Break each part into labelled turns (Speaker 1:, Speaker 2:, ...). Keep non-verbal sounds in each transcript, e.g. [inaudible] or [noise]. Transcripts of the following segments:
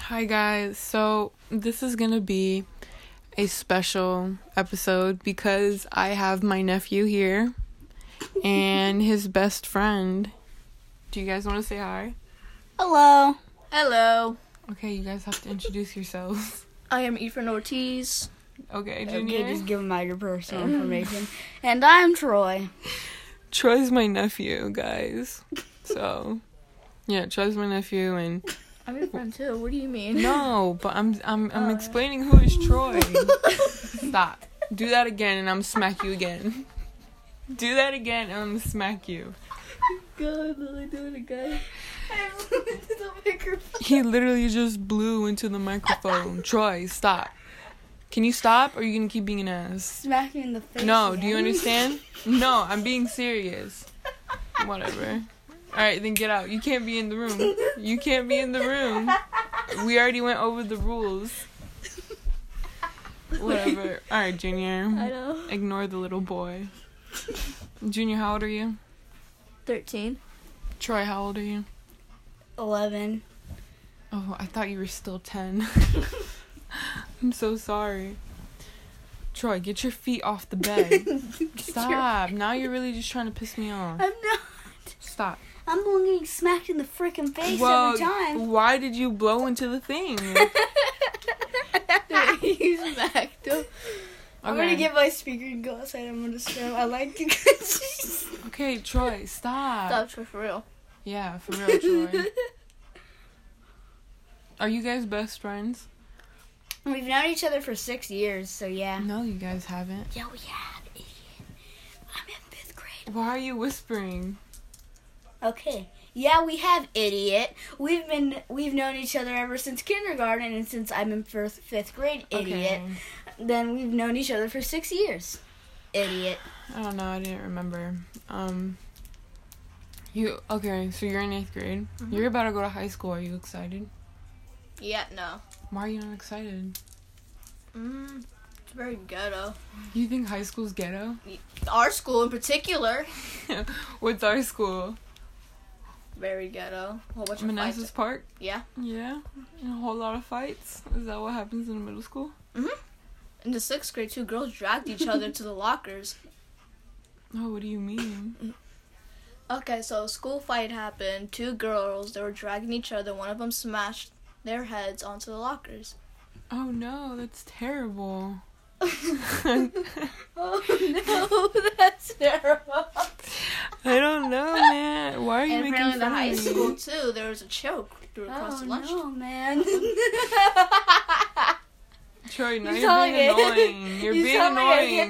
Speaker 1: Hi, guys. So, this is going to be a special episode because I have my nephew here and his best friend. Do you guys want to say hi?
Speaker 2: Hello.
Speaker 3: Hello,
Speaker 1: Okay, you guys have to introduce yourselves.
Speaker 3: I am Ethan Ortiz.
Speaker 1: Okay,
Speaker 2: Okay,
Speaker 1: Junior.
Speaker 2: just give him out your
Speaker 3: [laughs]
Speaker 2: personal information. And I'm Troy.
Speaker 1: Troy's my nephew, guys. So, yeah, Troy's my nephew, and
Speaker 3: I'm your friend too. What do you mean?
Speaker 1: no, but I'm I'm I'm
Speaker 3: Oh, yeah.
Speaker 1: explaining who is Troy. Stop. Do that again, and I'm smack you again. Do that again, and I'm smack you.
Speaker 3: [laughs] Good, Lily, do it again. I blew into the microphone.
Speaker 1: He literally just blew into the microphone. Troy, stop. Can you stop, or are you gonna keep being an ass?
Speaker 2: Smack me in the face.
Speaker 1: No, do you
Speaker 2: again.
Speaker 1: understand? No, I'm being serious. Whatever. Alright, then get out. You can't be in the room. You can't be in the room. We already went over the rules. Whatever. Alright,
Speaker 3: I
Speaker 1: Junior.
Speaker 3: know.
Speaker 1: Ignore the little boy. Junior, how old are you?
Speaker 3: 13.
Speaker 1: Troy, how old are you?
Speaker 3: [laughs]
Speaker 2: 11.
Speaker 1: Oh, I thought you were still 10. [laughs] I'm so sorry. Troy, get your feet off the bed. Stop. Now you're really just trying to piss me off.
Speaker 2: I'm not.
Speaker 1: Stop.
Speaker 2: I'm the one getting smacked in the freaking face
Speaker 1: Well,
Speaker 2: every
Speaker 3: [laughs]
Speaker 2: time.
Speaker 1: Why did you blow into the thing?
Speaker 3: He's smacked him.
Speaker 2: [laughs] I'm
Speaker 1: Okay.
Speaker 2: gonna get my speaker and go outside. I'm gonna scream. I like [laughs] to. She's-
Speaker 1: Okay, Troy, stop.
Speaker 3: Stop for, for real.
Speaker 1: Yeah, for real,
Speaker 2: [laughs]
Speaker 3: [laughs]
Speaker 1: Troy. Are you guys best friends?
Speaker 2: We've known each other for six years, so yeah.
Speaker 1: No, you guys haven't.
Speaker 2: Yeah, we have. Idiot. I'm in fifth grade.
Speaker 1: Why are you whispering?
Speaker 2: Okay. Yeah, we have idiot. We've been we've known each other ever since kindergarten and since I'm in first fifth grade. Idiot.
Speaker 1: Okay.
Speaker 2: Then we've known each other for six years. Idiot.
Speaker 1: I don't know. I didn't remember. Um. You okay? So you're in eighth grade.
Speaker 2: Mm-hmm.
Speaker 1: You're about to go to high school. Are you excited?
Speaker 3: Yeah, no.
Speaker 2: [laughs]
Speaker 1: Why are you not excited?
Speaker 3: Mm, it's very ghetto.
Speaker 1: You think high school's ghetto? [laughs]
Speaker 3: Our school in particular.
Speaker 1: What's our school?
Speaker 3: Very ghetto. Whole bunch of
Speaker 1: Manassas
Speaker 3: fights.
Speaker 1: Park.
Speaker 3: Yeah.
Speaker 1: Yeah, and a whole lot of fights. Is that what happens in middle school?
Speaker 3: In the sixth grade, two girls dragged each other to the lockers.
Speaker 1: No, Oh, what do you mean?
Speaker 3: Okay, so a school fight happened. Two girls, they were dragging each other. One of them smashed their heads onto the lockers. [laughs]
Speaker 1: Oh no, that's terrible.
Speaker 3: oh
Speaker 1: [laughs] I
Speaker 2: Oh,
Speaker 3: no,
Speaker 2: [laughs]
Speaker 3: that's terrible.
Speaker 1: don't know, man. Why are you
Speaker 3: And
Speaker 1: making fun
Speaker 3: apparently,
Speaker 1: of
Speaker 3: the high
Speaker 1: me? Oh,
Speaker 3: school too. There was a choke through across the lunch.
Speaker 2: Oh, [laughs] man.
Speaker 1: Troy, now
Speaker 2: You
Speaker 1: you're
Speaker 2: sound
Speaker 1: being
Speaker 2: like a- [laughs]
Speaker 1: annoying. You're
Speaker 2: you
Speaker 1: being
Speaker 2: sound
Speaker 1: annoying.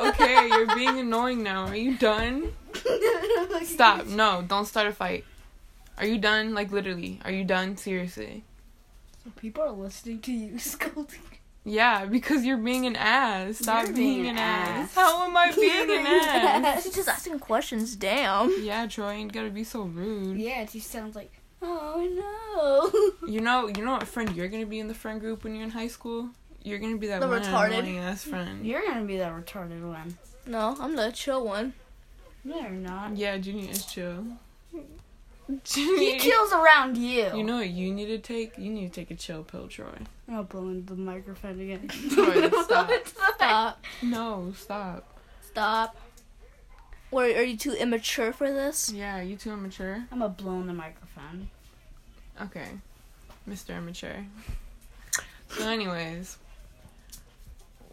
Speaker 2: Like a
Speaker 1: okay, you're being annoying now. Are you done?
Speaker 2: hippie. [laughs]
Speaker 1: Stop. No, don't start a fight. Are you done? Like literally, are you done? Seriously.
Speaker 2: People are listening to you [laughs] scolding.
Speaker 1: Yeah, because you're being an ass. Stop
Speaker 2: You're
Speaker 1: being, an ass. How am I being an ass?
Speaker 3: She's just asking questions. Damn.
Speaker 1: Yeah, Troy, ain't gotta be so rude.
Speaker 2: Yeah, it just sounds like, oh [laughs] no.
Speaker 1: You know, you know what friend you're gonna be in the friend group when you're in high school. You're gonna be that
Speaker 3: The
Speaker 1: one
Speaker 3: retarded.
Speaker 1: annoying ass friend.
Speaker 2: You're gonna be that retarded one.
Speaker 3: No, I'm the chill one.
Speaker 2: No, you're not.
Speaker 1: Yeah, Junior is chill.
Speaker 2: He
Speaker 1: Junior,
Speaker 2: chills around you.
Speaker 1: you know what you need to take? You need to take a chill pill, Troy.
Speaker 2: I'm gonna blow into the microphone [laughs] again.
Speaker 1: Troy, stop.
Speaker 3: Stop.
Speaker 1: No, stop.
Speaker 3: Stop. What, are you too immature for this?
Speaker 1: Yeah, you too immature.
Speaker 2: I'm gonna blow in the microphone.
Speaker 1: Okay, Mr. Immature. So, anyways,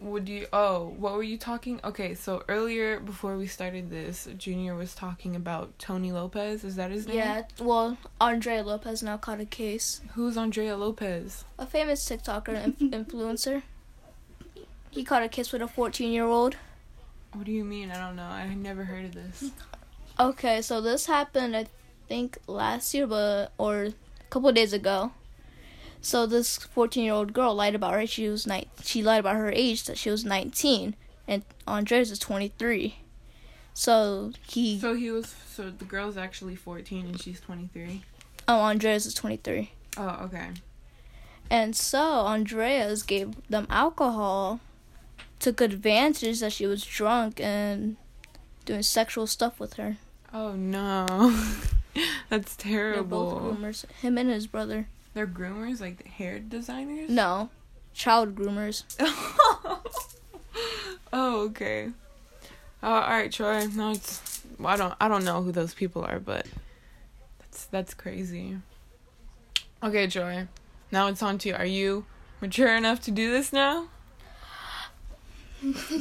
Speaker 1: would you? Oh, what were you talking? Okay, so earlier before we started this, Junior was talking about Tony Lopez. Is that his name?
Speaker 3: Yeah, well, Andre Lopez now caught a case.
Speaker 1: Who's Andrea Lopez?
Speaker 3: A famous TikToker and inf- influencer. He caught a kiss with a 14 year old.
Speaker 1: What do you mean? I don't know. I never heard of [laughs] this.
Speaker 3: Okay, so this happened, I think, last year, but or a couple of days ago. So this 14 year old girl lied about her. She was nine. She lied about her age that she was 19, and Andres is 23. So he.
Speaker 1: So he was. So the girl's actually fourteen and she's twenty three.
Speaker 3: oh, Andres is 23.
Speaker 1: Oh, okay.
Speaker 3: And so Andreas gave them alcohol, took advantage that she was drunk and doing sexual stuff with her.
Speaker 1: Oh no, [laughs] that's
Speaker 3: They're
Speaker 1: terrible.
Speaker 3: both groomers, him and his brother.
Speaker 1: They're groomers, like the hair designers.
Speaker 3: No, child groomers.
Speaker 1: [laughs] oh, okay. Uh, all right, Troy. No, it's well, I don't I don't know who those people are, but that's that's crazy. Okay, Troy. Now it's on to you. Are you mature enough to do this
Speaker 2: [laughs]
Speaker 1: now?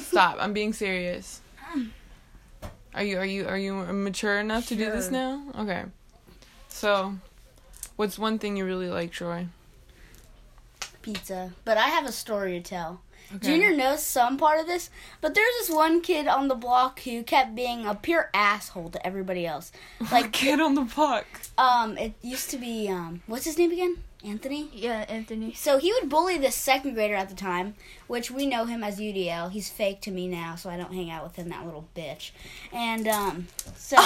Speaker 1: Stop. I'm being serious.
Speaker 2: Um.
Speaker 1: Are you are you are you mature enough to do this
Speaker 2: Sure.
Speaker 1: now? Okay. So, what's one thing you really like, Troy?
Speaker 2: pizza. But I have a story to tell.
Speaker 1: Okay.
Speaker 2: Junior knows some part of this, but there's this one kid on the block who kept being a pure asshole to everybody else.
Speaker 1: like
Speaker 2: Like,
Speaker 1: kid on the block.
Speaker 2: um, it used to be um, what's his name again? Anthony.
Speaker 3: Yeah, Anthony.
Speaker 2: So he would bully this second grader at the time, which we know him as UDL. He's fake to me now, so I don't hang out with him, that little bitch. And um, so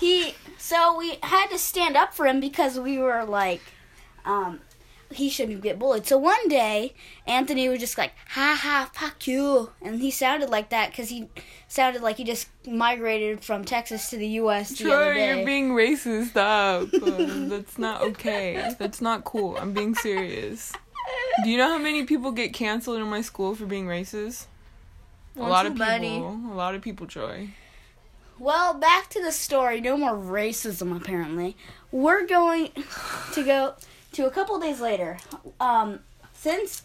Speaker 2: he, so we had to stand up for him because we were like, um, he shouldn't get bullied. So one day, Anthony was just like, ha ha, fuck you. And he sounded like that because he sounded like he just migrated from Texas to the U.S. the other
Speaker 1: Troy,
Speaker 2: day.
Speaker 1: you're being racist. Stop. [laughs] Uh, That's not okay. That's not cool. I'm being serious. Do you know how many people get canceled in my school for being racist? a lot of people. A lot of people, Troy.
Speaker 2: Well, back to the story. No more racism, apparently. We're going to go to a couple days later. Um, since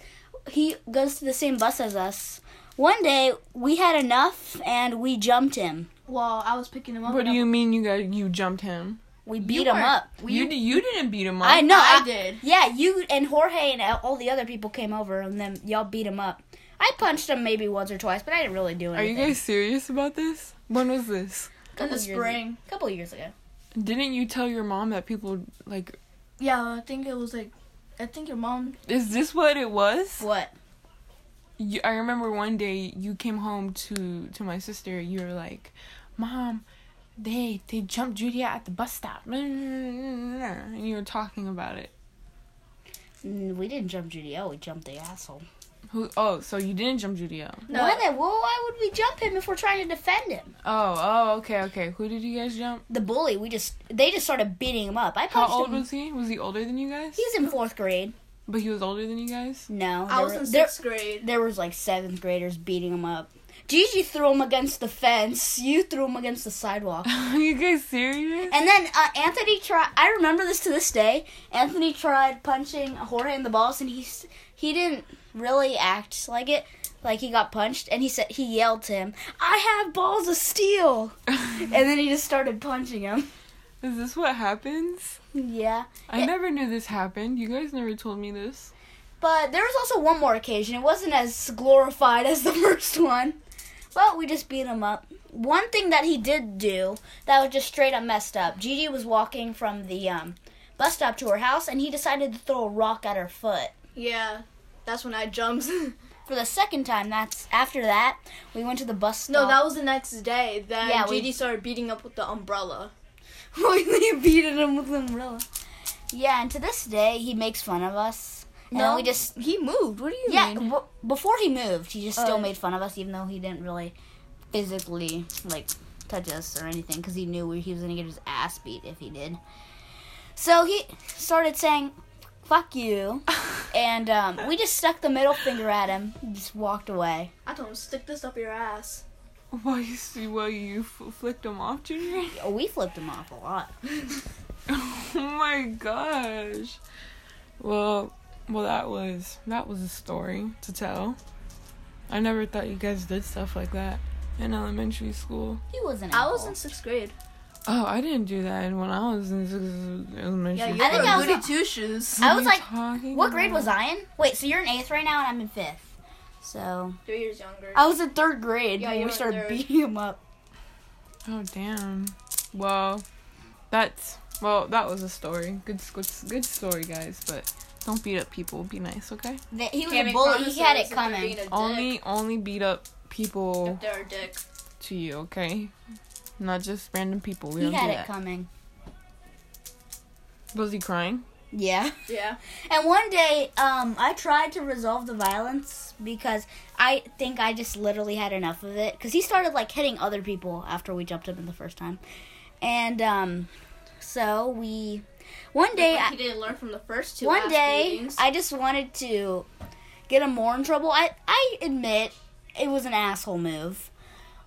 Speaker 2: he goes to the same bus as us, one day we had enough and we jumped him.
Speaker 3: Well, I was picking him up.
Speaker 1: What
Speaker 3: and
Speaker 1: do
Speaker 3: I-
Speaker 1: you mean you got you jumped him?
Speaker 2: We
Speaker 3: You
Speaker 2: beat him
Speaker 3: weren't-
Speaker 2: up.
Speaker 3: we-
Speaker 1: You d- you didn't beat him up.
Speaker 2: I know.
Speaker 3: I did.
Speaker 2: Yeah, you and Jorge and all the other people came over and then y'all beat him up. I punched him maybe once or twice, but I didn't really do
Speaker 1: Are you
Speaker 2: anything.
Speaker 1: guys serious about this? When was this?
Speaker 3: in the
Speaker 2: Couple years ago.
Speaker 3: spring.
Speaker 2: A couple years ago.
Speaker 1: Didn't you tell your mom that people like?
Speaker 3: Yeah, I think it was like, I think your mom.
Speaker 1: Is this what it was?
Speaker 2: What?
Speaker 1: you, I remember one day you came home to to my sister. You were like, "Mom, they they jumped Judy at the bus stop," [laughs] and you were talking about it.
Speaker 2: Mm, We didn't jump Judy. Oh, we jumped the asshole.
Speaker 1: Who? Oh, so you didn't jump Judy out?
Speaker 3: No.
Speaker 2: Why, then? Well, why would we jump him if we're trying to defend him?
Speaker 1: Oh, oh, okay, okay. Who did you guys jump?
Speaker 2: The bully, we just they just started beating him up. I
Speaker 1: How
Speaker 2: punched
Speaker 1: old
Speaker 2: him.
Speaker 1: was he? Was he older than you guys?
Speaker 2: He's in fourth grade.
Speaker 1: But he was older than you guys. [laughs]
Speaker 2: No,
Speaker 3: I
Speaker 2: there
Speaker 3: was
Speaker 2: were-
Speaker 3: in
Speaker 2: there,
Speaker 3: sixth grade.
Speaker 2: there was like seventh graders beating him up. Gigi threw him against the fence. You threw him against
Speaker 1: [laughs]
Speaker 2: the sidewalk.
Speaker 1: Are you guys serious?
Speaker 2: And then uh, Anthony tried. I remember this to this day. Anthony tried punching Jorge in the balls, and he s- he didn't really act like it. Like he got punched, and he said he yelled to him, "I have balls of steel," and then he just started punching him.
Speaker 1: [laughs] Is this what happens?
Speaker 2: Yeah.
Speaker 1: I
Speaker 2: It-
Speaker 1: never knew this happened. You guys never told me this.
Speaker 2: But there was also one more occasion. It wasn't as glorified as the [laughs] first one. But we just beat him up. One thing that he did do that was just straight up messed up. Gigi was walking from the um, bus stop to her house and he decided to throw a rock at her foot.
Speaker 3: Yeah, that's when I jumped. [laughs]
Speaker 2: For the second time, that's after that, we went to the bus stop.
Speaker 3: no, that was the next day that
Speaker 2: Yeah, we-
Speaker 3: JD started beating up with the umbrella. [laughs]
Speaker 2: we beated him with an umbrella. Yeah, and to this day, he makes fun of us. and we just
Speaker 3: he moved. What do you
Speaker 2: Yeah,
Speaker 3: mean?
Speaker 2: w- before he moved, he just still
Speaker 3: Oh.
Speaker 2: made fun of us, even though he didn't really physically like touch us or anything, because he knew we- he was gonna get his ass beat if he did. So he started saying, "Fuck [laughs] you," and um, we just stuck the middle finger at him. and Just walked away.
Speaker 3: I told him stick this up your ass.
Speaker 1: Why you see? Why you f- flicked him off, Junior?
Speaker 2: We flipped him off a lot.
Speaker 1: [laughs] Oh my gosh. Well, well, that was that was a story to tell. I never thought you guys did stuff like that in elementary school.
Speaker 2: He wasn't.
Speaker 3: I was in sixth grade.
Speaker 1: Oh, I didn't do that when I was in sixth- elementary.
Speaker 2: I
Speaker 1: school.
Speaker 2: think I was
Speaker 3: booty
Speaker 2: a-
Speaker 3: two shoes.
Speaker 2: I
Speaker 1: What are
Speaker 2: was
Speaker 1: you
Speaker 2: like,
Speaker 1: talking
Speaker 2: What grade was
Speaker 1: about?
Speaker 2: I in? Wait, so you're in eighth right now, and I'm in fifth. So
Speaker 3: Three years younger.
Speaker 2: I was in third grade.
Speaker 3: Yeah,
Speaker 2: Yeah, when
Speaker 3: you were
Speaker 2: we
Speaker 3: in
Speaker 2: started
Speaker 3: third.
Speaker 2: beating him up.
Speaker 1: Oh damn. Well, that's well, that was a story. Good, s- good, s- good story, guys. But don't beat up people. Be nice, okay?
Speaker 2: That he was
Speaker 3: Can't
Speaker 2: a
Speaker 3: make
Speaker 2: bully.
Speaker 3: promises
Speaker 2: He had
Speaker 3: if
Speaker 2: it
Speaker 3: they're
Speaker 2: coming.
Speaker 3: being a dick,
Speaker 1: Only, only beat up people
Speaker 3: if they're a dick.
Speaker 1: to you, okay? Not just random people. We
Speaker 2: He
Speaker 1: don't do
Speaker 2: had
Speaker 1: that.
Speaker 2: it coming.
Speaker 1: Was he crying?
Speaker 2: Yeah.
Speaker 3: Yeah.
Speaker 2: [laughs] And one day, um, I tried to resolve the violence because I think I just literally had enough of it. Because he started like hitting other people after we jumped him in the first time, and um, so we One day,
Speaker 3: Like,
Speaker 2: I,
Speaker 3: he didn't learn from the first two.
Speaker 2: one
Speaker 3: ass
Speaker 2: day,
Speaker 3: beatings.
Speaker 2: I just wanted to get him more in trouble. I I admit it was an asshole move.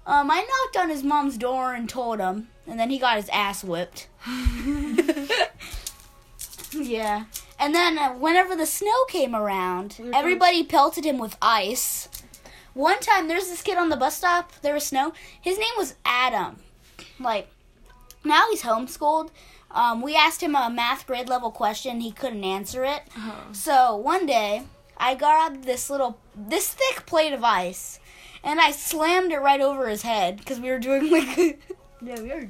Speaker 2: Um, I knocked on his mom's door and told him, and then he got his ass whipped. yeah. And then uh, whenever the snow came around,
Speaker 1: We were
Speaker 2: everybody pelted him with ice. One time, there's this kid on the bus stop. There was snow. His name was Adam. Like, now he's homeschooled. Um, we asked him a math grade level question. He couldn't answer it.
Speaker 1: Oh.
Speaker 2: So one day, I grabbed this little, this thick plate of ice, and I slammed it right over his head because we were doing like. [laughs] yeah, we were.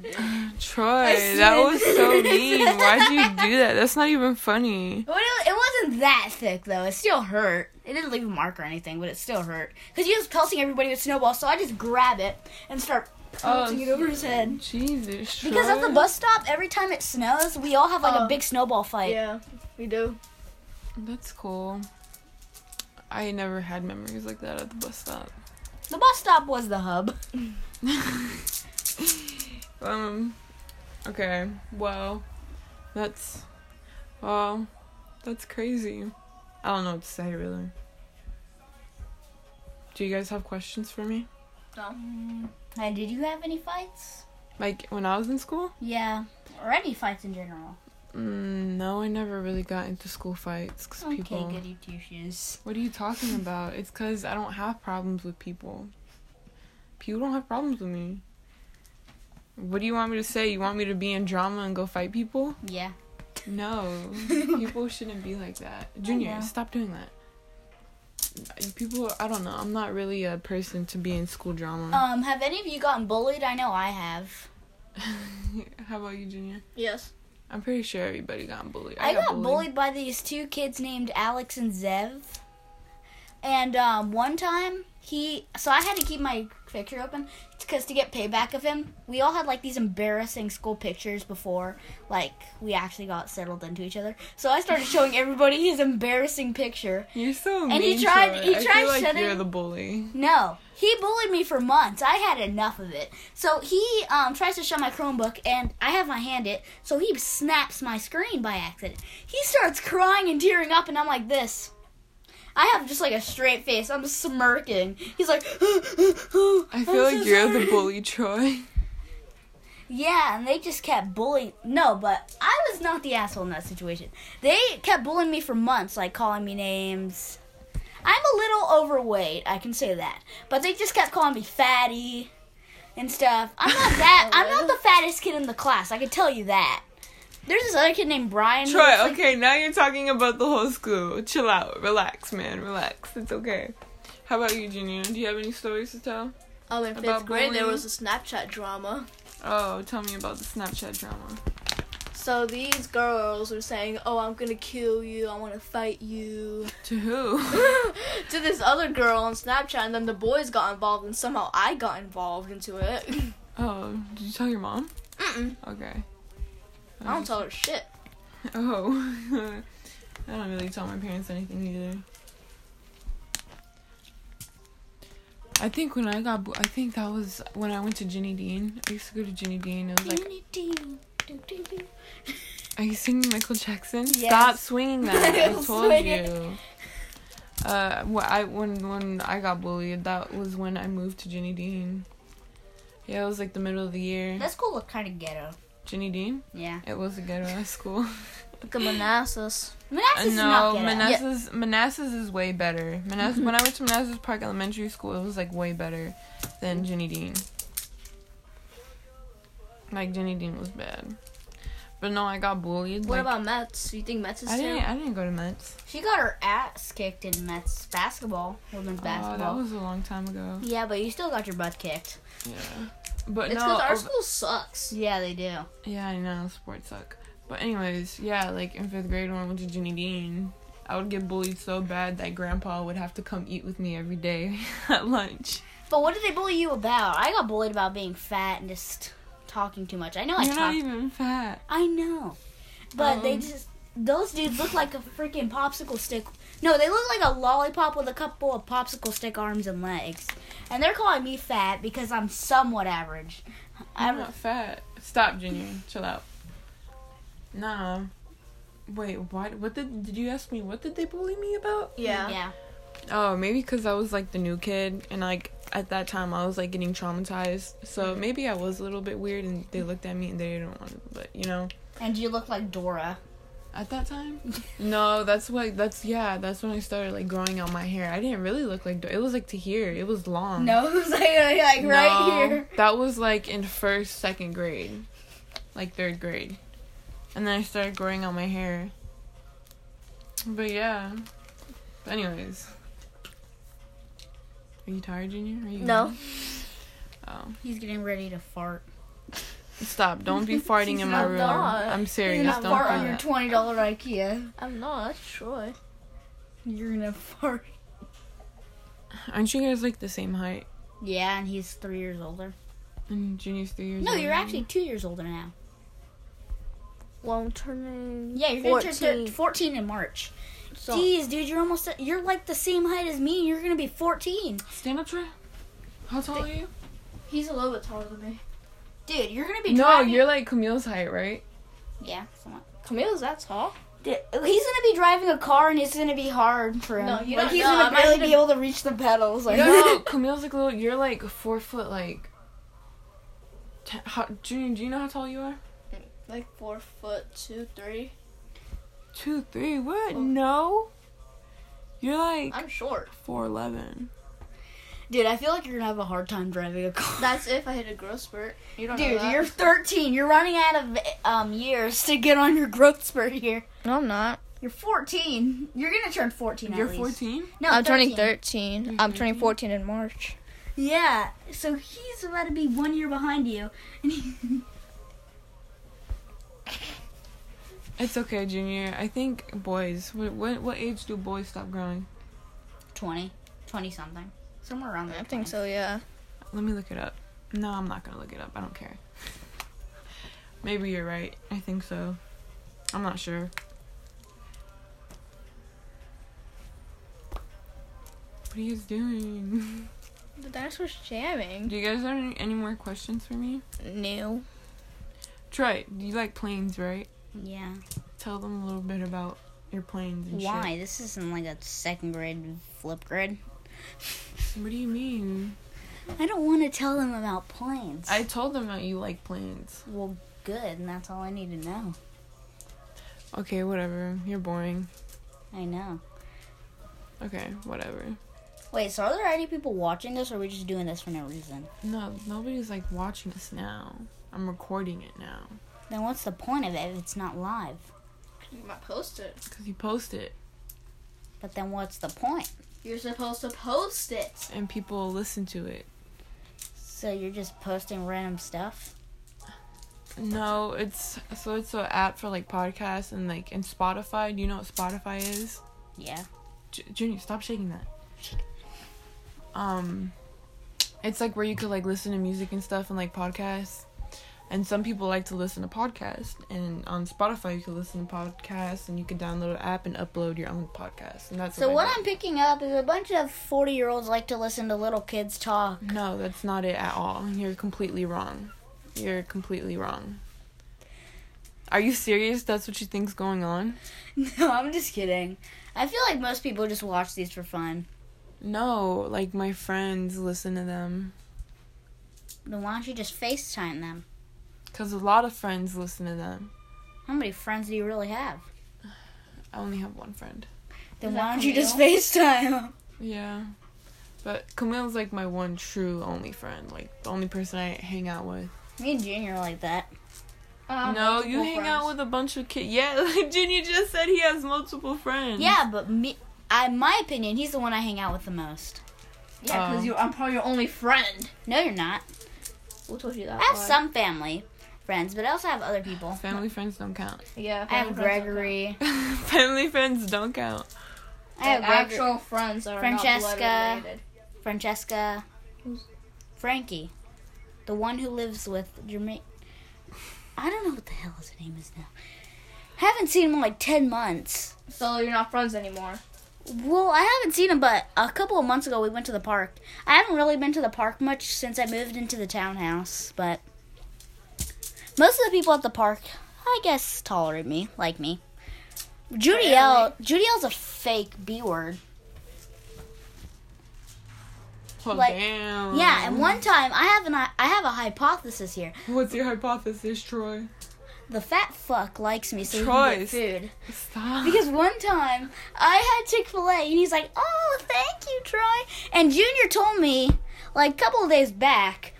Speaker 1: Troy,
Speaker 2: slid.
Speaker 1: that was
Speaker 2: [laughs]
Speaker 1: so mean. Why'd you do that? That's not even funny.
Speaker 2: But it, it wasn't that thick though. It still hurt. It didn't leave a mark or anything, but it still hurt because he was pelting everybody with snowballs. So I just grab it and start pelting it over his head.
Speaker 1: Jesus, Troy.
Speaker 2: Because at the bus stop, every time it snows, we all have like a
Speaker 3: Oh.
Speaker 2: big snowball fight.
Speaker 3: yeah, we do.
Speaker 1: That's cool. I never had memories like that at the bus stop.
Speaker 2: The bus stop was the hub.
Speaker 1: um. Okay. Well, that's. Well, that's crazy. I don't know what to say really. Do you guys have questions for me?
Speaker 2: And did you have any fights?
Speaker 1: Like when I was in school?
Speaker 2: Yeah, or any fights in general.
Speaker 1: Mm, no, I never really got into school fights 'cause people.
Speaker 2: goody two shoes.
Speaker 1: What are you talking about? It's because I don't have problems with people. People don't have problems with me. What do you want me to say? You want me to be in drama and go fight people?
Speaker 2: Yeah. [laughs]
Speaker 1: No. people shouldn't be like that. Junior,
Speaker 2: know.
Speaker 1: stop doing that. People, I don't know. I'm not really a person to be in school drama.
Speaker 2: Um, have any of you gotten bullied? I know I have. Oh.
Speaker 1: [laughs] How about you, Junior?
Speaker 3: Yes.
Speaker 1: I'm pretty sure everybody got bullied.
Speaker 2: I, got, bullied. by these two kids named Alex and Zev. And um, one time he, so I had to keep my picture open because to get payback of him, we all had like these embarrassing school pictures before, like we actually got settled into each other. So I started showing everybody his embarrassing picture.
Speaker 1: You're so mean.
Speaker 2: And he tried-
Speaker 1: Troy.
Speaker 2: he
Speaker 1: I
Speaker 2: tried
Speaker 1: feel like
Speaker 2: shutting-
Speaker 1: You're the bully.
Speaker 2: No, he bullied me for months. I had enough of it. So he um, tries to shut my Chromebook, and I have my hand it. So he snaps my screen by accident. He starts crying and tearing up, and I'm like this. I have just like a straight face. I'm smirking. He's like, [gasps]
Speaker 1: I feel like you're the bully, Troy.
Speaker 2: Yeah, and they just kept bullying. No, but I was not the asshole in that situation. They kept bullying me for months, like calling me names. I'm a little overweight, I can say that. But they just kept calling me fatty and stuff. I'm [laughs] not that. I'm not the fattest kid in the class. I can tell you that. There's this other kid named Brian. who was,
Speaker 1: [laughs] Troy,
Speaker 2: like-
Speaker 1: okay, now you're talking about the whole school. Chill out. Relax, man. Relax. It's okay. How about you, Junior? Do you have any stories to tell?
Speaker 3: Um, in fifth
Speaker 1: About
Speaker 3: grade, there
Speaker 1: bullying?
Speaker 3: was a Snapchat drama.
Speaker 1: Oh, tell me about the Snapchat drama.
Speaker 3: So these girls were saying, "Oh, I'm gonna kill you. I want to fight you." [laughs]
Speaker 1: To who?
Speaker 3: to this other girl on Snapchat, and then the boys got involved, and somehow I got involved into it.
Speaker 1: [laughs]
Speaker 3: [laughs]
Speaker 1: Oh, did you tell your mom?
Speaker 3: Mm-mm.
Speaker 1: Okay. [laughs]
Speaker 3: I don't tell her shit.
Speaker 1: Oh. [laughs] I don't really tell my parents anything either. I think when I got, bu- I think that was when I went to Ginny Dean. I used to go to Ginny Dean. It was like Are you singing Michael Jackson?
Speaker 2: Yes.
Speaker 1: Stop swinging that.
Speaker 2: [laughs]
Speaker 1: I
Speaker 2: I'm
Speaker 1: told
Speaker 2: swinging.
Speaker 1: you. Uh, well, I when when I got bullied, that was when I moved to Ginny Dean. Yeah, it was like the middle of the year.
Speaker 2: That school looked kind of ghetto.
Speaker 1: Ginny Dean.
Speaker 2: Yeah.
Speaker 1: It was a ghetto ass
Speaker 2: [laughs]
Speaker 1: school.
Speaker 3: Look at Manassas.
Speaker 2: Manassas is not
Speaker 1: no,
Speaker 2: ghetto. Mm-hmm.
Speaker 1: Manassas. Manassas is way better. Manassas. When I went to Manassas Park Elementary School, it was like way better than
Speaker 2: Mm-hmm.
Speaker 1: Ginny Dean. Like Ginny Dean was bad, but no, I got bullied.
Speaker 3: What
Speaker 1: like,
Speaker 3: about Mets? You think Mets is
Speaker 1: I didn't.
Speaker 3: too?
Speaker 1: I didn't go to Mets.
Speaker 2: She got her ass kicked in Mets basketball, women's basketball.
Speaker 1: Oh, that was a long time ago.
Speaker 2: Yeah, but you still got your butt kicked.
Speaker 1: Yeah. But
Speaker 3: It's
Speaker 1: no. oh,
Speaker 3: because our
Speaker 1: ov-
Speaker 3: school sucks.
Speaker 2: Yeah, they do.
Speaker 1: yeah, I know sports suck. But anyways, yeah, like in fifth grade when I went to Ginny Dean, I would get bullied so bad that Grandpa would have to come eat with me every day [laughs] at lunch.
Speaker 2: But what did they bully you about? I got bullied about being fat and just talking too much. I know I
Speaker 1: You're
Speaker 2: talked.
Speaker 1: not even fat.
Speaker 2: I know, but they
Speaker 1: Um.
Speaker 2: just those dudes look like a freaking popsicle stick. No, they look like a lollipop with a couple of popsicle stick arms and legs. And they're calling me fat because I'm somewhat average.
Speaker 1: I'm
Speaker 2: I'm
Speaker 1: not fat. Stop, Junior. Chill out. Nah. Wait, what? What did did you ask me? What did they bully me about?
Speaker 3: Yeah.
Speaker 2: Yeah.
Speaker 1: Oh, maybe because I was like the new kid, and like at that time I was like getting traumatized. So maybe I was a little bit weird, and they looked at me and they didn't want to. But you know,
Speaker 2: And you look like Dora.
Speaker 1: at that time, [laughs] no, that's what that's yeah, that's when I started like growing out my hair. I didn't really look like it was like to here. It was long.
Speaker 2: No, [laughs] it was like, like
Speaker 1: Um. No,
Speaker 2: right here.
Speaker 1: That was like in first, second grade, like third grade, and then I started growing out my hair. But yeah. Anyways, are you tired, Junior? Are you
Speaker 3: No.
Speaker 1: good? Oh,
Speaker 2: He's getting ready to fart.
Speaker 1: stop! Don't
Speaker 2: [laughs]
Speaker 1: be farting in my
Speaker 3: not
Speaker 1: room.
Speaker 3: done.
Speaker 1: I'm serious.
Speaker 2: You're not
Speaker 1: don't
Speaker 2: fart
Speaker 1: do
Speaker 2: on your
Speaker 1: that.
Speaker 2: twenty dollar IKEA.
Speaker 3: I'm not sure.
Speaker 2: You're gonna fart.
Speaker 1: Aren't you guys like the same height?
Speaker 2: Yeah, and he's three years older.
Speaker 1: And Junior's three years.
Speaker 2: No,
Speaker 1: older
Speaker 2: you're
Speaker 1: than
Speaker 2: actually two years older now.
Speaker 3: Well, I'm turning.
Speaker 2: Yeah, you're gonna
Speaker 3: 14.
Speaker 2: turn thir- fourteen in March.
Speaker 3: so-
Speaker 2: Jeez, dude, you're almost you're like the same height as me. and You're gonna be fourteen,
Speaker 1: me. Stand up, Trey. How tall are you?
Speaker 3: He's a little bit taller than me.
Speaker 2: dude. You're gonna be
Speaker 1: No,
Speaker 2: driving-
Speaker 1: you're like Camille's height, right?
Speaker 2: yeah. Somewhat.
Speaker 3: Camille's that tall.
Speaker 2: Dude, he's gonna be driving a car, and it's gonna be hard for him.
Speaker 3: No, you
Speaker 2: like,
Speaker 3: don't
Speaker 2: he's
Speaker 3: know.
Speaker 2: gonna
Speaker 3: I'm
Speaker 2: barely
Speaker 3: actually-
Speaker 2: be able to reach the pedals. Like,
Speaker 1: No,
Speaker 2: [laughs]
Speaker 3: [laughs]
Speaker 1: no, Camille's like little. You're like four foot, like. Ten, how, Junior, do you know how tall you are?
Speaker 3: Like four foot two, three.
Speaker 1: Two, three. What? No. You're like
Speaker 3: I'm short.
Speaker 1: four eleven.
Speaker 2: dude, I feel like you're gonna have a hard time driving a car.
Speaker 3: That's if I hit a growth spurt. You don't
Speaker 2: [laughs]
Speaker 3: know
Speaker 2: Dude,
Speaker 3: that.
Speaker 2: you're 13. You're running out of um years to get on your growth spurt here.
Speaker 3: No, I'm not.
Speaker 2: You're 14. You're gonna turn 14. at
Speaker 1: You're
Speaker 2: least.
Speaker 1: fourteen.
Speaker 2: No,
Speaker 3: I'm turning
Speaker 2: 13.
Speaker 3: 13. I'm turning 14 in March.
Speaker 2: Yeah. So he's about to be one year behind you. And he-
Speaker 1: It's okay, Junior. I think boys. What what, what age do boys stop growing?
Speaker 2: 20, 20 something, somewhere around there.
Speaker 3: I think so, yeah.
Speaker 1: Let me look it up. No, I'm not gonna look it up. I don't care. [laughs] Maybe you're right. I think so. I'm not sure. What are you guys doing? [laughs]
Speaker 3: The dinosaur's jamming.
Speaker 1: Do you guys have any, any more questions for me?
Speaker 3: New.
Speaker 1: Troy, you like planes, right?
Speaker 2: Yeah.
Speaker 1: Tell them a little bit about your planes and
Speaker 2: Why? This isn't like a second grade flip grid.
Speaker 1: shit. What do you mean?
Speaker 2: I don't want to tell them about planes.
Speaker 1: I told them that you like planes.
Speaker 2: well, good, and that's all I need to know.
Speaker 1: Okay, whatever. You're boring.
Speaker 2: I know.
Speaker 1: Okay, whatever.
Speaker 2: Wait, so are there any people watching this, or are we just doing this for no reason?
Speaker 1: No, nobody's like watching us now. I'm recording it now
Speaker 2: Then what's the point of it if it's not live?
Speaker 3: You might post it.
Speaker 1: because you post it
Speaker 2: But then what's the point?
Speaker 3: You're supposed to post it.
Speaker 1: and people listen to it.
Speaker 2: So you're just posting random stuff?
Speaker 1: No, it's so it's an app for like podcasts and like and Spotify. Do you know what Spotify is?
Speaker 2: Yeah.
Speaker 1: J- Junior, stop shaking that. Um, it's like where you could like listen to music and stuff and like podcasts. And some people like to listen to podcasts. And on Spotify, you can listen to podcasts and you can download an app and upload your own podcast. And that's
Speaker 2: So what
Speaker 1: I
Speaker 2: I'm picking up is a bunch of 40 year olds like to listen to little kids talk.
Speaker 1: did. No, that's not it at all. You're completely wrong. You're completely wrong. Are you serious? That's what you think's going on?
Speaker 2: [laughs] No, I'm just kidding. I feel like most people just watch these for fun.
Speaker 1: No, like my friends listen to them.
Speaker 2: Then why don't you just FaceTime them?
Speaker 1: Because a lot of friends listen to them.
Speaker 2: How many friends do you really have?
Speaker 1: I only have one friend.
Speaker 2: Then
Speaker 3: Is that
Speaker 2: why don't you just FaceTime them?
Speaker 1: Yeah. But Camille's like my one true only friend, like the only person I hang out with.
Speaker 2: [laughs] Me and Junior are like that.
Speaker 3: Uh,
Speaker 1: no, you hang out with a bunch of kids. Yeah, [laughs] like Junior just said he has multiple friends.
Speaker 2: Yeah, but me, I, my opinion, he's the one I hang out with the most.
Speaker 3: Yeah, because
Speaker 1: Oh.
Speaker 3: you I'm probably your only friend.
Speaker 2: No, you're not.
Speaker 3: Who told you that?
Speaker 2: I have
Speaker 3: lie?
Speaker 2: some family friends, but I also have other people.
Speaker 1: Family friends don't count. [laughs]
Speaker 3: Yeah.
Speaker 2: I have
Speaker 3: family friends don't
Speaker 2: Gregory.
Speaker 1: Family friends don't count.
Speaker 2: I
Speaker 3: count.
Speaker 2: have
Speaker 3: Like,
Speaker 2: Gregory.
Speaker 3: actual friends are not
Speaker 2: Francesca.
Speaker 3: blood related.
Speaker 2: Francesca,
Speaker 3: Who's-
Speaker 2: Frankie, the one who lives with Jermaine. I don't know what the hell his name is now. Haven't seen him in like ten months.
Speaker 3: So you're not friends anymore.
Speaker 2: Well, I haven't seen him, but a couple of months ago we went to the park. I haven't really been to the park much since I moved into the townhouse, but most of the people at the park, I guess, tolerate me, like me. Judy L. Judy L's a fake B word.
Speaker 1: Well,
Speaker 2: Like-
Speaker 1: damn.
Speaker 2: Yeah, and one time I have an I have a hypothesis here.
Speaker 1: What's your hypothesis, Troy?
Speaker 2: The fat fuck likes me, so
Speaker 1: Choice.
Speaker 2: he can get food.
Speaker 1: Stop.
Speaker 2: Because one time I had Chick Fil A, and he's like, "Oh, thank you, Troy." And Junior told me, like a couple of days back,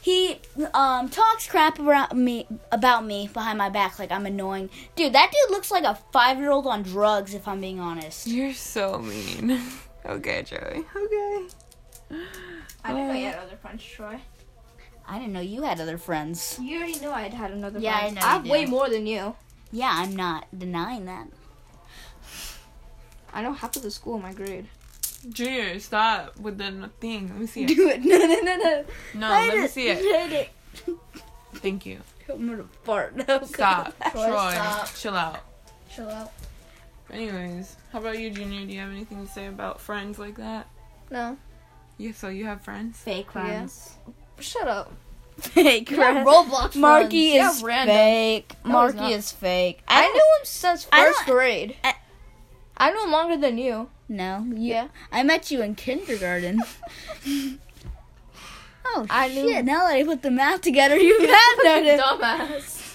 Speaker 2: he um, talks crap about me about me behind my back, like I'm annoying. Dude, that dude looks like a five year old on drugs. If I'm being honest,
Speaker 1: You're so mean. [laughs] okay, Joey. Okay.
Speaker 4: I didn't know you had other friends, Troy.
Speaker 2: I didn't know you had other friends.
Speaker 4: You already know I'd had another
Speaker 2: Yeah, I
Speaker 4: friend.
Speaker 2: know
Speaker 4: I
Speaker 2: you
Speaker 4: have way
Speaker 2: did.
Speaker 4: more than you.
Speaker 2: Yeah, I'm not denying that.
Speaker 4: I know half of the school in my grade.
Speaker 1: Junior, stop with the thing. Let me see it.
Speaker 4: [laughs]
Speaker 2: Do it. No, no, no, no.
Speaker 1: No,
Speaker 2: Hide
Speaker 1: let me
Speaker 2: it.
Speaker 1: see it.
Speaker 2: Hide it.
Speaker 1: Thank
Speaker 2: [laughs]
Speaker 1: you.
Speaker 2: I'm gonna fart. No,
Speaker 1: Stop.
Speaker 3: Troy,
Speaker 1: Troy,
Speaker 3: stop.
Speaker 1: chill out.
Speaker 3: Chill out.
Speaker 1: Anyways, how about you, Junior? Do you have anything to say about friends like that?
Speaker 3: No.
Speaker 1: Yeah, so you have [laughs] friends?
Speaker 2: Fake friends.
Speaker 4: Shut up.
Speaker 2: Fake
Speaker 4: You're Roblox
Speaker 2: Marky
Speaker 4: friends.
Speaker 2: is
Speaker 4: You're random.
Speaker 2: fake.
Speaker 4: No,
Speaker 2: Marky
Speaker 4: he's not.
Speaker 2: is fake.
Speaker 4: I knew him since
Speaker 2: I
Speaker 4: first
Speaker 2: don't-
Speaker 4: grade.
Speaker 2: I-
Speaker 4: I know him longer than you.
Speaker 2: No. You,
Speaker 4: [laughs] Yeah.
Speaker 2: I met you in [laughs] kindergarten. oh
Speaker 4: I
Speaker 2: shit!
Speaker 4: knew-
Speaker 2: Now that I put the math together, [laughs] you have
Speaker 3: [laughs]
Speaker 4: [laughs]
Speaker 2: noticed.
Speaker 4: Dumbass.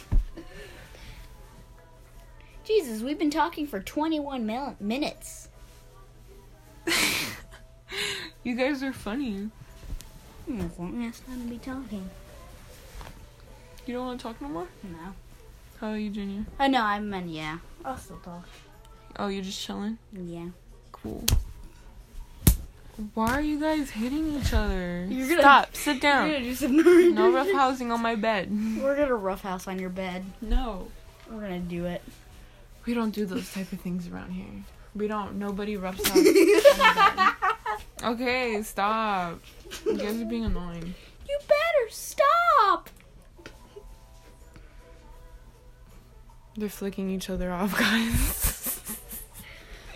Speaker 2: Jesus, we've been talking for 21 mil- minutes.
Speaker 1: You guys are funny.
Speaker 2: Hmm, As long as I'm gonna be talking.
Speaker 1: You don't want to talk no more?
Speaker 2: No.
Speaker 1: How about you, Junior?
Speaker 2: Oh no, I meant yeah. I'll still talk.
Speaker 1: Oh, you're just chilling?
Speaker 2: Yeah.
Speaker 1: Cool. Why are you guys hitting each other?
Speaker 2: You're gonna-
Speaker 1: Stop. Sit
Speaker 2: We're
Speaker 1: down.
Speaker 2: gonna do some-
Speaker 1: No rough housing on my bed.
Speaker 2: [laughs] We're gonna roughhouse on your bed.
Speaker 1: No.
Speaker 2: We're gonna do it.
Speaker 1: We don't do those type of things around here. We don't. Nobody [laughs] roughs on my bed. Okay, stop. You guys are being annoying.
Speaker 2: You better stop.
Speaker 1: They're flicking each other off,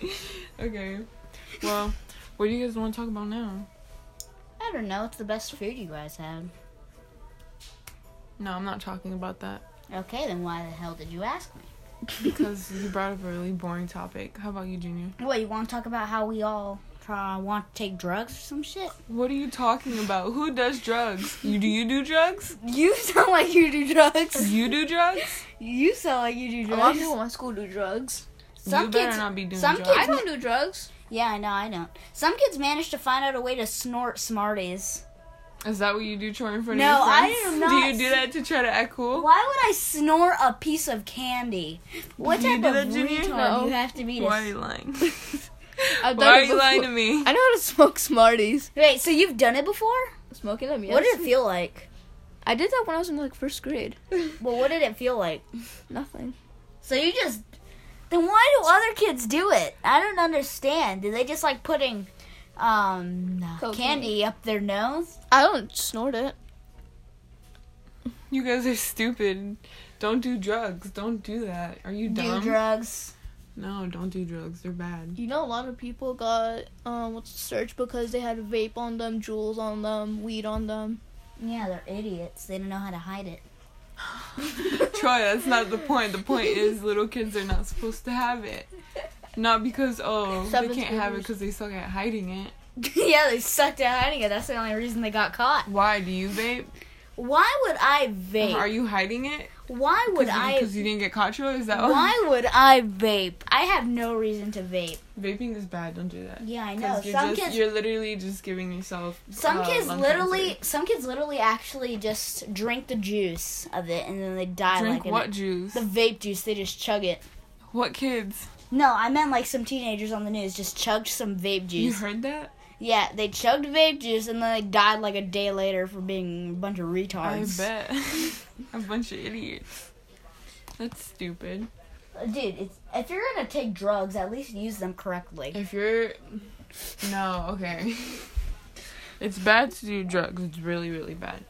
Speaker 1: [laughs] guys. okay. Well, what do you guys want to talk about now?
Speaker 2: I don't know. It's the best food you guys have.
Speaker 1: No, I'm not talking about that
Speaker 2: Okay, then why the hell did you ask me?
Speaker 1: because you brought up a really boring topic. How about you, Junior?
Speaker 2: What, you want to talk about how we all try, want to take drugs or some shit?
Speaker 1: What are you talking about? Who does drugs? You do you do drugs?
Speaker 2: You sound like you do drugs.
Speaker 1: You do drugs?
Speaker 2: You sound like you
Speaker 3: Oh,
Speaker 4: A
Speaker 2: do
Speaker 4: lot of people in my school do drugs.
Speaker 2: Some
Speaker 1: you better
Speaker 2: kids-
Speaker 1: not be doing
Speaker 2: some
Speaker 1: drugs.
Speaker 2: kids-
Speaker 4: I don't do drugs.
Speaker 2: Yeah, I know, I don't. Some kids manage to find out a way to snort Smarties.
Speaker 1: Is that what you do, Troy, in front
Speaker 2: No,
Speaker 1: of your
Speaker 2: I
Speaker 1: friends?
Speaker 2: am
Speaker 1: Do
Speaker 2: not-
Speaker 1: you do that to try to act cool?
Speaker 2: Why would I snort a piece of candy? What
Speaker 1: You
Speaker 2: type
Speaker 1: do
Speaker 2: of
Speaker 1: that, Junior?
Speaker 2: retard
Speaker 1: No.
Speaker 2: do you have to be to...
Speaker 1: Why are you lying?
Speaker 2: [laughs]
Speaker 4: I've
Speaker 1: Why
Speaker 4: done
Speaker 1: are
Speaker 4: it
Speaker 1: you lying to
Speaker 4: before.
Speaker 1: me?
Speaker 3: [laughs] I know how to smoke Smarties.
Speaker 2: Wait, so you've done it before?
Speaker 4: Smoking them, yes.
Speaker 2: What did it feel like?
Speaker 3: I did that when I was in like first grade.
Speaker 2: Well, what did it feel like?
Speaker 3: Nothing.
Speaker 2: So you just then why do other kids do it? I don't understand. Do they just like putting um
Speaker 4: Cocaine.
Speaker 2: candy up their nose?
Speaker 3: I don't snort it.
Speaker 1: You guys are stupid. Don't do drugs. Don't do that. Are you dumb?
Speaker 2: Do drugs?
Speaker 1: no, don't do drugs. They're
Speaker 2: [laughs]
Speaker 1: bad.
Speaker 3: You know, a lot of people got um what's the search because they had vape on them, jewels on them, weed on them.
Speaker 2: Yeah, they're idiots. They don't know how to hide it. [laughs]
Speaker 1: Troy, that's not the point. The point is little kids are not supposed to have it. Not because oh they
Speaker 3: Seventh
Speaker 1: can't have it
Speaker 3: graders.
Speaker 1: because they suck at hiding it.
Speaker 2: yeah, they sucked at hiding it. That's the only reason they got caught.
Speaker 1: Why do you vape?
Speaker 2: Why would I vape?
Speaker 1: Are you hiding it?
Speaker 2: why would I
Speaker 1: Because you didn't get caught, Troy. Is that
Speaker 2: why would I vape? I have no reason to vape.
Speaker 1: [laughs] Vaping is bad. Don't do that.
Speaker 2: Yeah, I know.
Speaker 1: 'Cause You're
Speaker 2: Some
Speaker 1: just,
Speaker 2: kids
Speaker 1: you're literally just giving yourself.
Speaker 2: Some
Speaker 1: uh,
Speaker 2: kids
Speaker 1: lung
Speaker 2: literally,
Speaker 1: cancer.
Speaker 2: some kids literally actually just drink the juice of it and then they die
Speaker 1: drink
Speaker 2: like
Speaker 1: what
Speaker 2: an,
Speaker 1: juice?
Speaker 2: the vape juice. They just chug it.
Speaker 1: What kids?
Speaker 2: No, I meant like some teenagers on the news just chugged some vape
Speaker 1: You
Speaker 2: juice.
Speaker 1: heard that?
Speaker 2: yeah, they chugged vape juice and then they died like a day later for being a bunch of
Speaker 1: I
Speaker 2: retards. [laughs]
Speaker 1: bet. [laughs] a bunch of idiots. That's stupid.
Speaker 2: Dude, it's, if you're gonna take drugs, at least use them correctly.
Speaker 1: If you're. No, okay. It's bad to do drugs. It's really, really bad.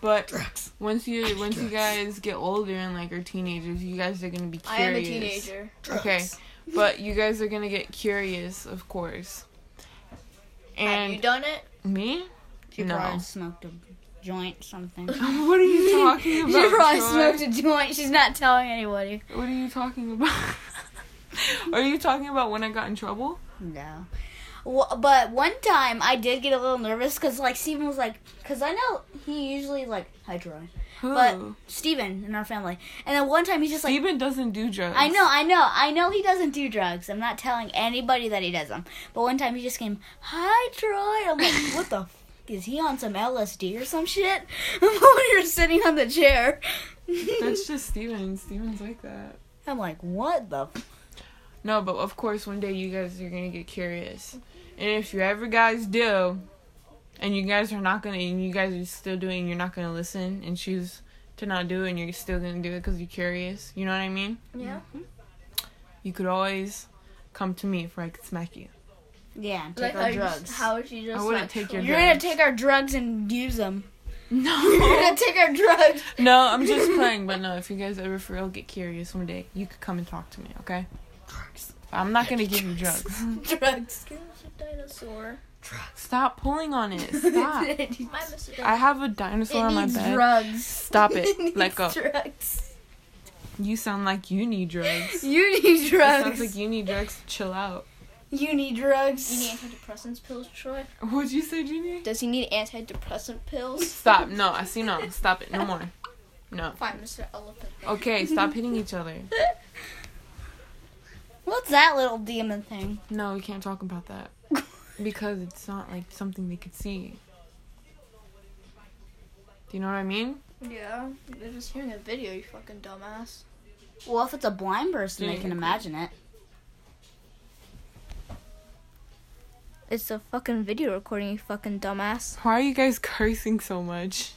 Speaker 1: But once you once you guys get older and like are teenagers, you guys are gonna be curious.
Speaker 4: I am a teenager.
Speaker 1: Okay, but you guys are gonna get curious, of course.
Speaker 4: Have
Speaker 1: And
Speaker 4: you done it?
Speaker 1: me? [laughs]
Speaker 2: She
Speaker 1: No.
Speaker 2: probably smoked a joint, [laughs] something.
Speaker 1: What are you talking
Speaker 4: [laughs]
Speaker 2: she
Speaker 1: about?
Speaker 2: probably
Speaker 1: Troy?
Speaker 2: smoked a joint. She's not telling anybody.
Speaker 1: What are you talking about? [laughs] Are you talking about when I got in trouble?
Speaker 2: No. Wh- But one time I did get a little nervous because like Steven was like, because I know he usually like hi Ryan,
Speaker 1: Who?
Speaker 2: but Steven in our family, and then one time he's just like,
Speaker 1: Steven doesn't do drugs.
Speaker 2: I know, I know, I know he doesn't do drugs. I'm not telling anybody that he does them. But one time he just came, hi Troy. I'm
Speaker 1: [laughs]
Speaker 2: like, what the. F- is he on some LSD or some shit? [laughs] I'm over here sitting on the chair.
Speaker 1: That's just Steven. Steven's like that.
Speaker 2: [laughs] I'm like, what the? F-?
Speaker 1: No, but of course, one day you guys are gonna get curious, and if you ever guys do, and you guys are not gonna, and you guys are still doing, you're not gonna listen and choose to not do, it, and you're still gonna do it because you're curious. You know what I mean?
Speaker 4: Yeah.
Speaker 1: You could always come to me, for I could smack you.
Speaker 2: Yeah, and
Speaker 4: Like
Speaker 2: take
Speaker 4: how
Speaker 2: our
Speaker 4: you just-
Speaker 2: drugs.
Speaker 4: how she just.
Speaker 1: I wouldn't
Speaker 4: like,
Speaker 1: take your
Speaker 4: tr-
Speaker 2: You're gonna take our drugs and use them. [laughs] You're
Speaker 1: No,
Speaker 2: gonna take our
Speaker 1: [laughs]
Speaker 2: drugs.
Speaker 1: no, I'm
Speaker 2: [laughs]
Speaker 1: just playing. But no, if you guys ever for real get curious one day, you could come and talk to me, okay? I'm not gonna give you drugs.
Speaker 2: drugs.
Speaker 4: Mr. Dinosaur.
Speaker 1: Stop pulling on
Speaker 2: [laughs]
Speaker 1: it. Stop.
Speaker 4: My Mr.
Speaker 1: I have a dinosaur
Speaker 2: it
Speaker 1: on my
Speaker 2: needs
Speaker 1: bed.
Speaker 2: drugs.
Speaker 1: Stop
Speaker 2: [laughs]
Speaker 1: it.
Speaker 2: needs
Speaker 1: Let go.
Speaker 2: Drugs.
Speaker 1: You sound like you need
Speaker 2: [laughs]
Speaker 1: drugs.
Speaker 2: You need
Speaker 1: It
Speaker 2: drugs.
Speaker 1: sounds like you need drugs. Chill out.
Speaker 2: you need
Speaker 4: You need
Speaker 2: drugs.
Speaker 4: antidepressants pills, Troy?
Speaker 1: What'd you say, Junior?
Speaker 4: Does he need antidepressant pills?
Speaker 1: Stop. No, I see no. Stop it. No more. No.
Speaker 4: Fine, Mr. Elephant.
Speaker 1: Okay, stop hitting each other.
Speaker 2: What's that little demon thing?
Speaker 1: No, we can't talk about that. Because it's not like something they could see. Do you know what I mean?
Speaker 4: Yeah, they're just hearing a video, you fucking dumbass.
Speaker 2: Well, if it's a blind person,
Speaker 1: Yeah,
Speaker 2: they can
Speaker 1: cool.
Speaker 2: imagine it.
Speaker 3: It's a fucking video recording, you fucking dumbass.
Speaker 1: Why are you guys cursing so much?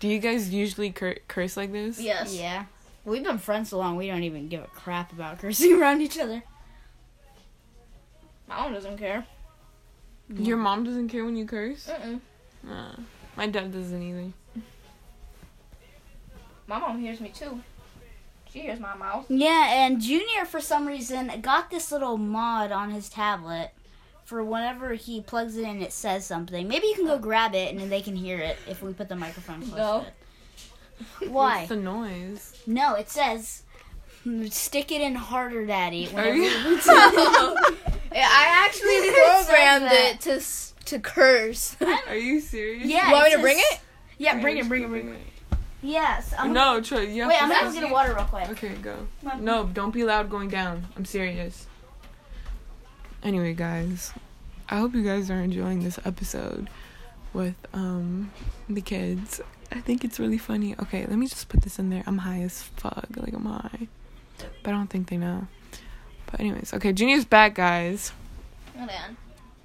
Speaker 1: Do you guys usually cur- curse like this?
Speaker 4: Yes.
Speaker 2: Yeah. We've been friends so long, we don't even give a crap about [laughs] cursing around each other.
Speaker 4: My mom doesn't care.
Speaker 1: Your mom doesn't care when you curse?
Speaker 4: Mm-mm.
Speaker 1: Uh, my dad doesn't either.
Speaker 4: My mom hears me too. She hears my [laughs] mouth.
Speaker 2: Yeah, and Junior, for some reason, got this little mod on his tablet for whenever he plugs it in, it says something. Maybe you can go grab it and then they can hear it if we put the microphone close
Speaker 4: No.
Speaker 2: to it. Why?
Speaker 1: What's the noise?
Speaker 2: No, it says, stick it in harder, Daddy.
Speaker 1: Are
Speaker 2: whenever [laughs]
Speaker 1: you? [laughs]
Speaker 4: I [laughs] actually
Speaker 2: programmed it
Speaker 4: to s- to [laughs] curse.
Speaker 1: Are you serious?
Speaker 2: Yeah.
Speaker 4: You want me to
Speaker 2: says-
Speaker 4: bring it?
Speaker 2: Yeah, bring it, bring it, bring it. Yes. I'm
Speaker 1: No, Troy, you have
Speaker 2: Wait,
Speaker 1: to
Speaker 2: I'm gonna go
Speaker 1: stop.
Speaker 2: get a water real quick.
Speaker 1: Okay, go.
Speaker 2: Mom.
Speaker 1: No, don't be loud going down. I'm serious. Anyway, guys, I hope you guys are enjoying this episode with um the kids. I think it's really funny. Okay, let me just put this in there. I'm high as fuck. Like I'm high. But I don't think they know. But anyways, okay, Junior's back, guys.
Speaker 4: Hold on.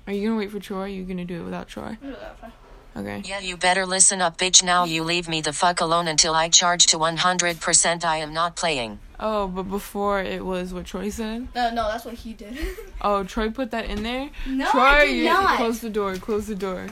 Speaker 1: Are you gonna wait for Troy? Or are you gonna do it without Troy?
Speaker 4: Look at that.
Speaker 1: Okay.
Speaker 5: Yeah, you better listen up, bitch. Now you leave me the fuck alone until I charge to 100%. I am not playing.
Speaker 1: Oh, but before it was what Troy said.
Speaker 4: No, no, that's what he did. [laughs]
Speaker 1: Oh, Troy put that in there.
Speaker 2: No,
Speaker 1: Troy,
Speaker 2: I did
Speaker 1: you
Speaker 2: not.
Speaker 1: close the door. Close the door.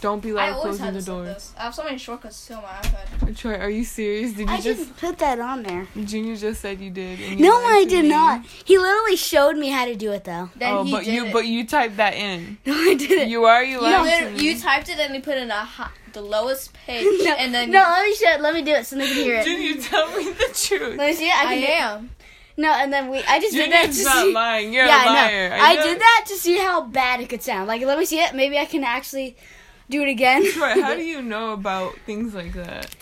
Speaker 1: Don't be
Speaker 4: I
Speaker 1: loud
Speaker 4: always
Speaker 1: closing
Speaker 4: had
Speaker 1: the
Speaker 4: to set
Speaker 1: door.
Speaker 4: this. I have so many shortcuts still on my iPad.
Speaker 1: Troy, are you serious? Did you
Speaker 2: I
Speaker 1: just
Speaker 2: didn't put that on there.
Speaker 1: Junior just said you did? and you
Speaker 2: No,
Speaker 1: lied
Speaker 2: I
Speaker 1: to
Speaker 2: did
Speaker 1: me.
Speaker 2: not. He literally showed me how to do it though.
Speaker 4: Then
Speaker 1: oh,
Speaker 4: he
Speaker 1: but
Speaker 4: did
Speaker 1: you
Speaker 4: it. [laughs]
Speaker 1: but you typed that in.
Speaker 2: No, I didn't.
Speaker 1: You are you
Speaker 4: You,
Speaker 1: lied to
Speaker 4: literally-
Speaker 1: me.
Speaker 4: you typed it and you put in a hi- the lowest [laughs] page,
Speaker 2: [laughs] [laughs] no,
Speaker 4: and then
Speaker 2: no,
Speaker 4: you-
Speaker 2: let me show. Let me do it so they can hear it.
Speaker 1: Junior, tell me the truth.
Speaker 2: let me see it. I,
Speaker 4: I
Speaker 2: can do it.
Speaker 4: am.
Speaker 2: No, and then we. I just did that to
Speaker 1: Junior's not
Speaker 2: see.
Speaker 1: lying. You're
Speaker 2: yeah,
Speaker 1: a liar.
Speaker 2: no.
Speaker 1: I
Speaker 2: I
Speaker 1: know.
Speaker 2: did that to see how bad it could sound. Like, let me see it. Maybe I can actually do it again.
Speaker 1: Troy, how do you know about things like that?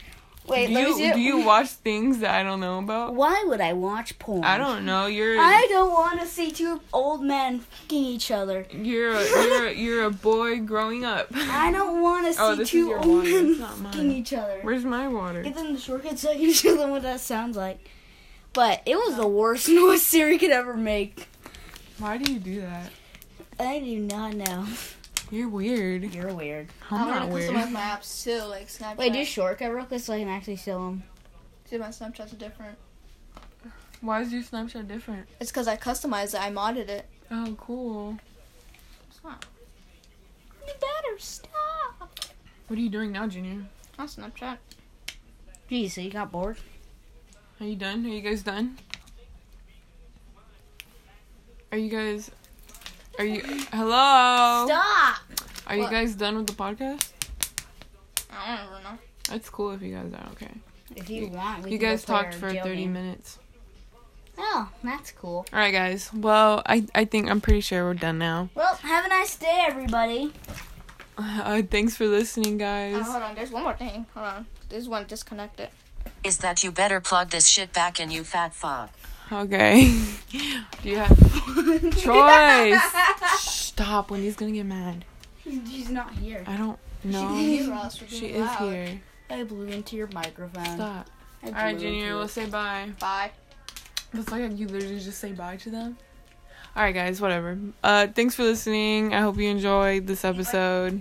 Speaker 2: [laughs] Wait,
Speaker 1: do
Speaker 2: let
Speaker 1: you
Speaker 2: me see it.
Speaker 1: do you watch things that I don't know about?
Speaker 2: Why would I watch porn?
Speaker 1: I don't know. You're
Speaker 2: I don't want to see two old men fucking each other.
Speaker 1: you're a, you're a, you're a boy growing up.
Speaker 2: I don't want to see
Speaker 1: Oh, this is
Speaker 2: two
Speaker 1: your
Speaker 2: old
Speaker 1: water.
Speaker 2: men
Speaker 1: It's not
Speaker 2: fucking
Speaker 1: mine.
Speaker 2: each other.
Speaker 1: Where's my water?
Speaker 2: Get them the shortcuts so I [laughs] can show them what that sounds like. But it was the worst [laughs] noise Siri could ever make.
Speaker 1: Why do you do that?
Speaker 2: I do not know.
Speaker 1: You're weird.
Speaker 2: You're weird.
Speaker 1: I'm
Speaker 4: I
Speaker 1: not
Speaker 4: want to
Speaker 1: weird.
Speaker 4: customize my apps too, like Snapchat.
Speaker 2: Wait, do shortcut real quick so I can actually show them.
Speaker 4: Dude, my Snapchat's different.
Speaker 1: Why is your Snapchat different?
Speaker 4: It's because I customized it. I modded it.
Speaker 1: Oh, cool.
Speaker 4: It's not. You better stop.
Speaker 1: What are you doing now, Junior?
Speaker 4: On Snapchat.
Speaker 2: Geez, so you got bored?
Speaker 1: Are you done? Are you guys done? Are you guys? Are you? Hello.
Speaker 2: Stop!
Speaker 1: Are you
Speaker 4: What?
Speaker 1: guys done with the podcast?
Speaker 4: I don't even know.
Speaker 1: That's cool if you guys are okay.
Speaker 2: If you want, we
Speaker 1: you
Speaker 2: can go
Speaker 1: guys
Speaker 2: play
Speaker 1: talked
Speaker 2: our
Speaker 1: for
Speaker 2: jail
Speaker 1: thirty
Speaker 2: game.
Speaker 1: minutes.
Speaker 2: Oh, that's cool.
Speaker 1: All right, guys. Well, I I think I'm pretty sure we're done now. [laughs]
Speaker 2: Well, have a nice day, [laughs] everybody.
Speaker 1: Uh, thanks for listening, guys.
Speaker 4: Oh, hold on, there's one more thing. Hold on. This one disconnected.
Speaker 5: Is that you better plug this shit back in, you fat fuck.
Speaker 1: Okay. [laughs] Do you have choice? Stop. Wendy's gonna get mad.
Speaker 2: [laughs] She's not here.
Speaker 1: I don't
Speaker 4: [laughs]
Speaker 1: know.
Speaker 4: Hey, Ross, we're
Speaker 1: She
Speaker 4: being
Speaker 1: is
Speaker 4: loud.
Speaker 1: here.
Speaker 2: I blew into your microphone.
Speaker 1: Stop.
Speaker 2: I
Speaker 1: All right,
Speaker 2: blew into
Speaker 1: Junior.
Speaker 2: it.
Speaker 1: We'll say bye.
Speaker 4: Bye.
Speaker 1: That's like you literally just say bye to them. All right, guys. Whatever. Uh, thanks for listening. I hope you enjoyed this episode.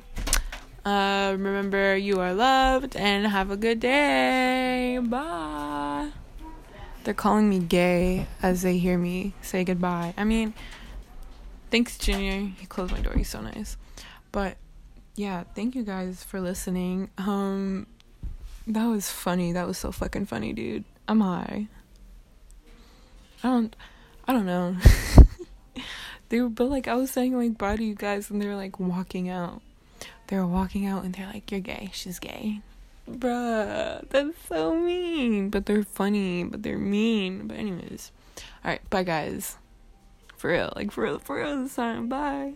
Speaker 1: Uh, remember you are loved and have a good day. Bye. They're calling me gay as they hear me say goodbye. I mean, thanks, Junior. He closed my door. He's so nice. But yeah, thank you guys for listening. Um, that was funny. That was so fucking funny, dude. I'm high. I don't I don't know. [laughs] they were but like I was saying like bye to you guys and they were like walking out. They were walking out and they're like, You're gay, she's gay. Bruh, that's so mean. But they're funny, but they're mean. But anyways. Alright, bye guys. For real. Like for real for real this time. Bye.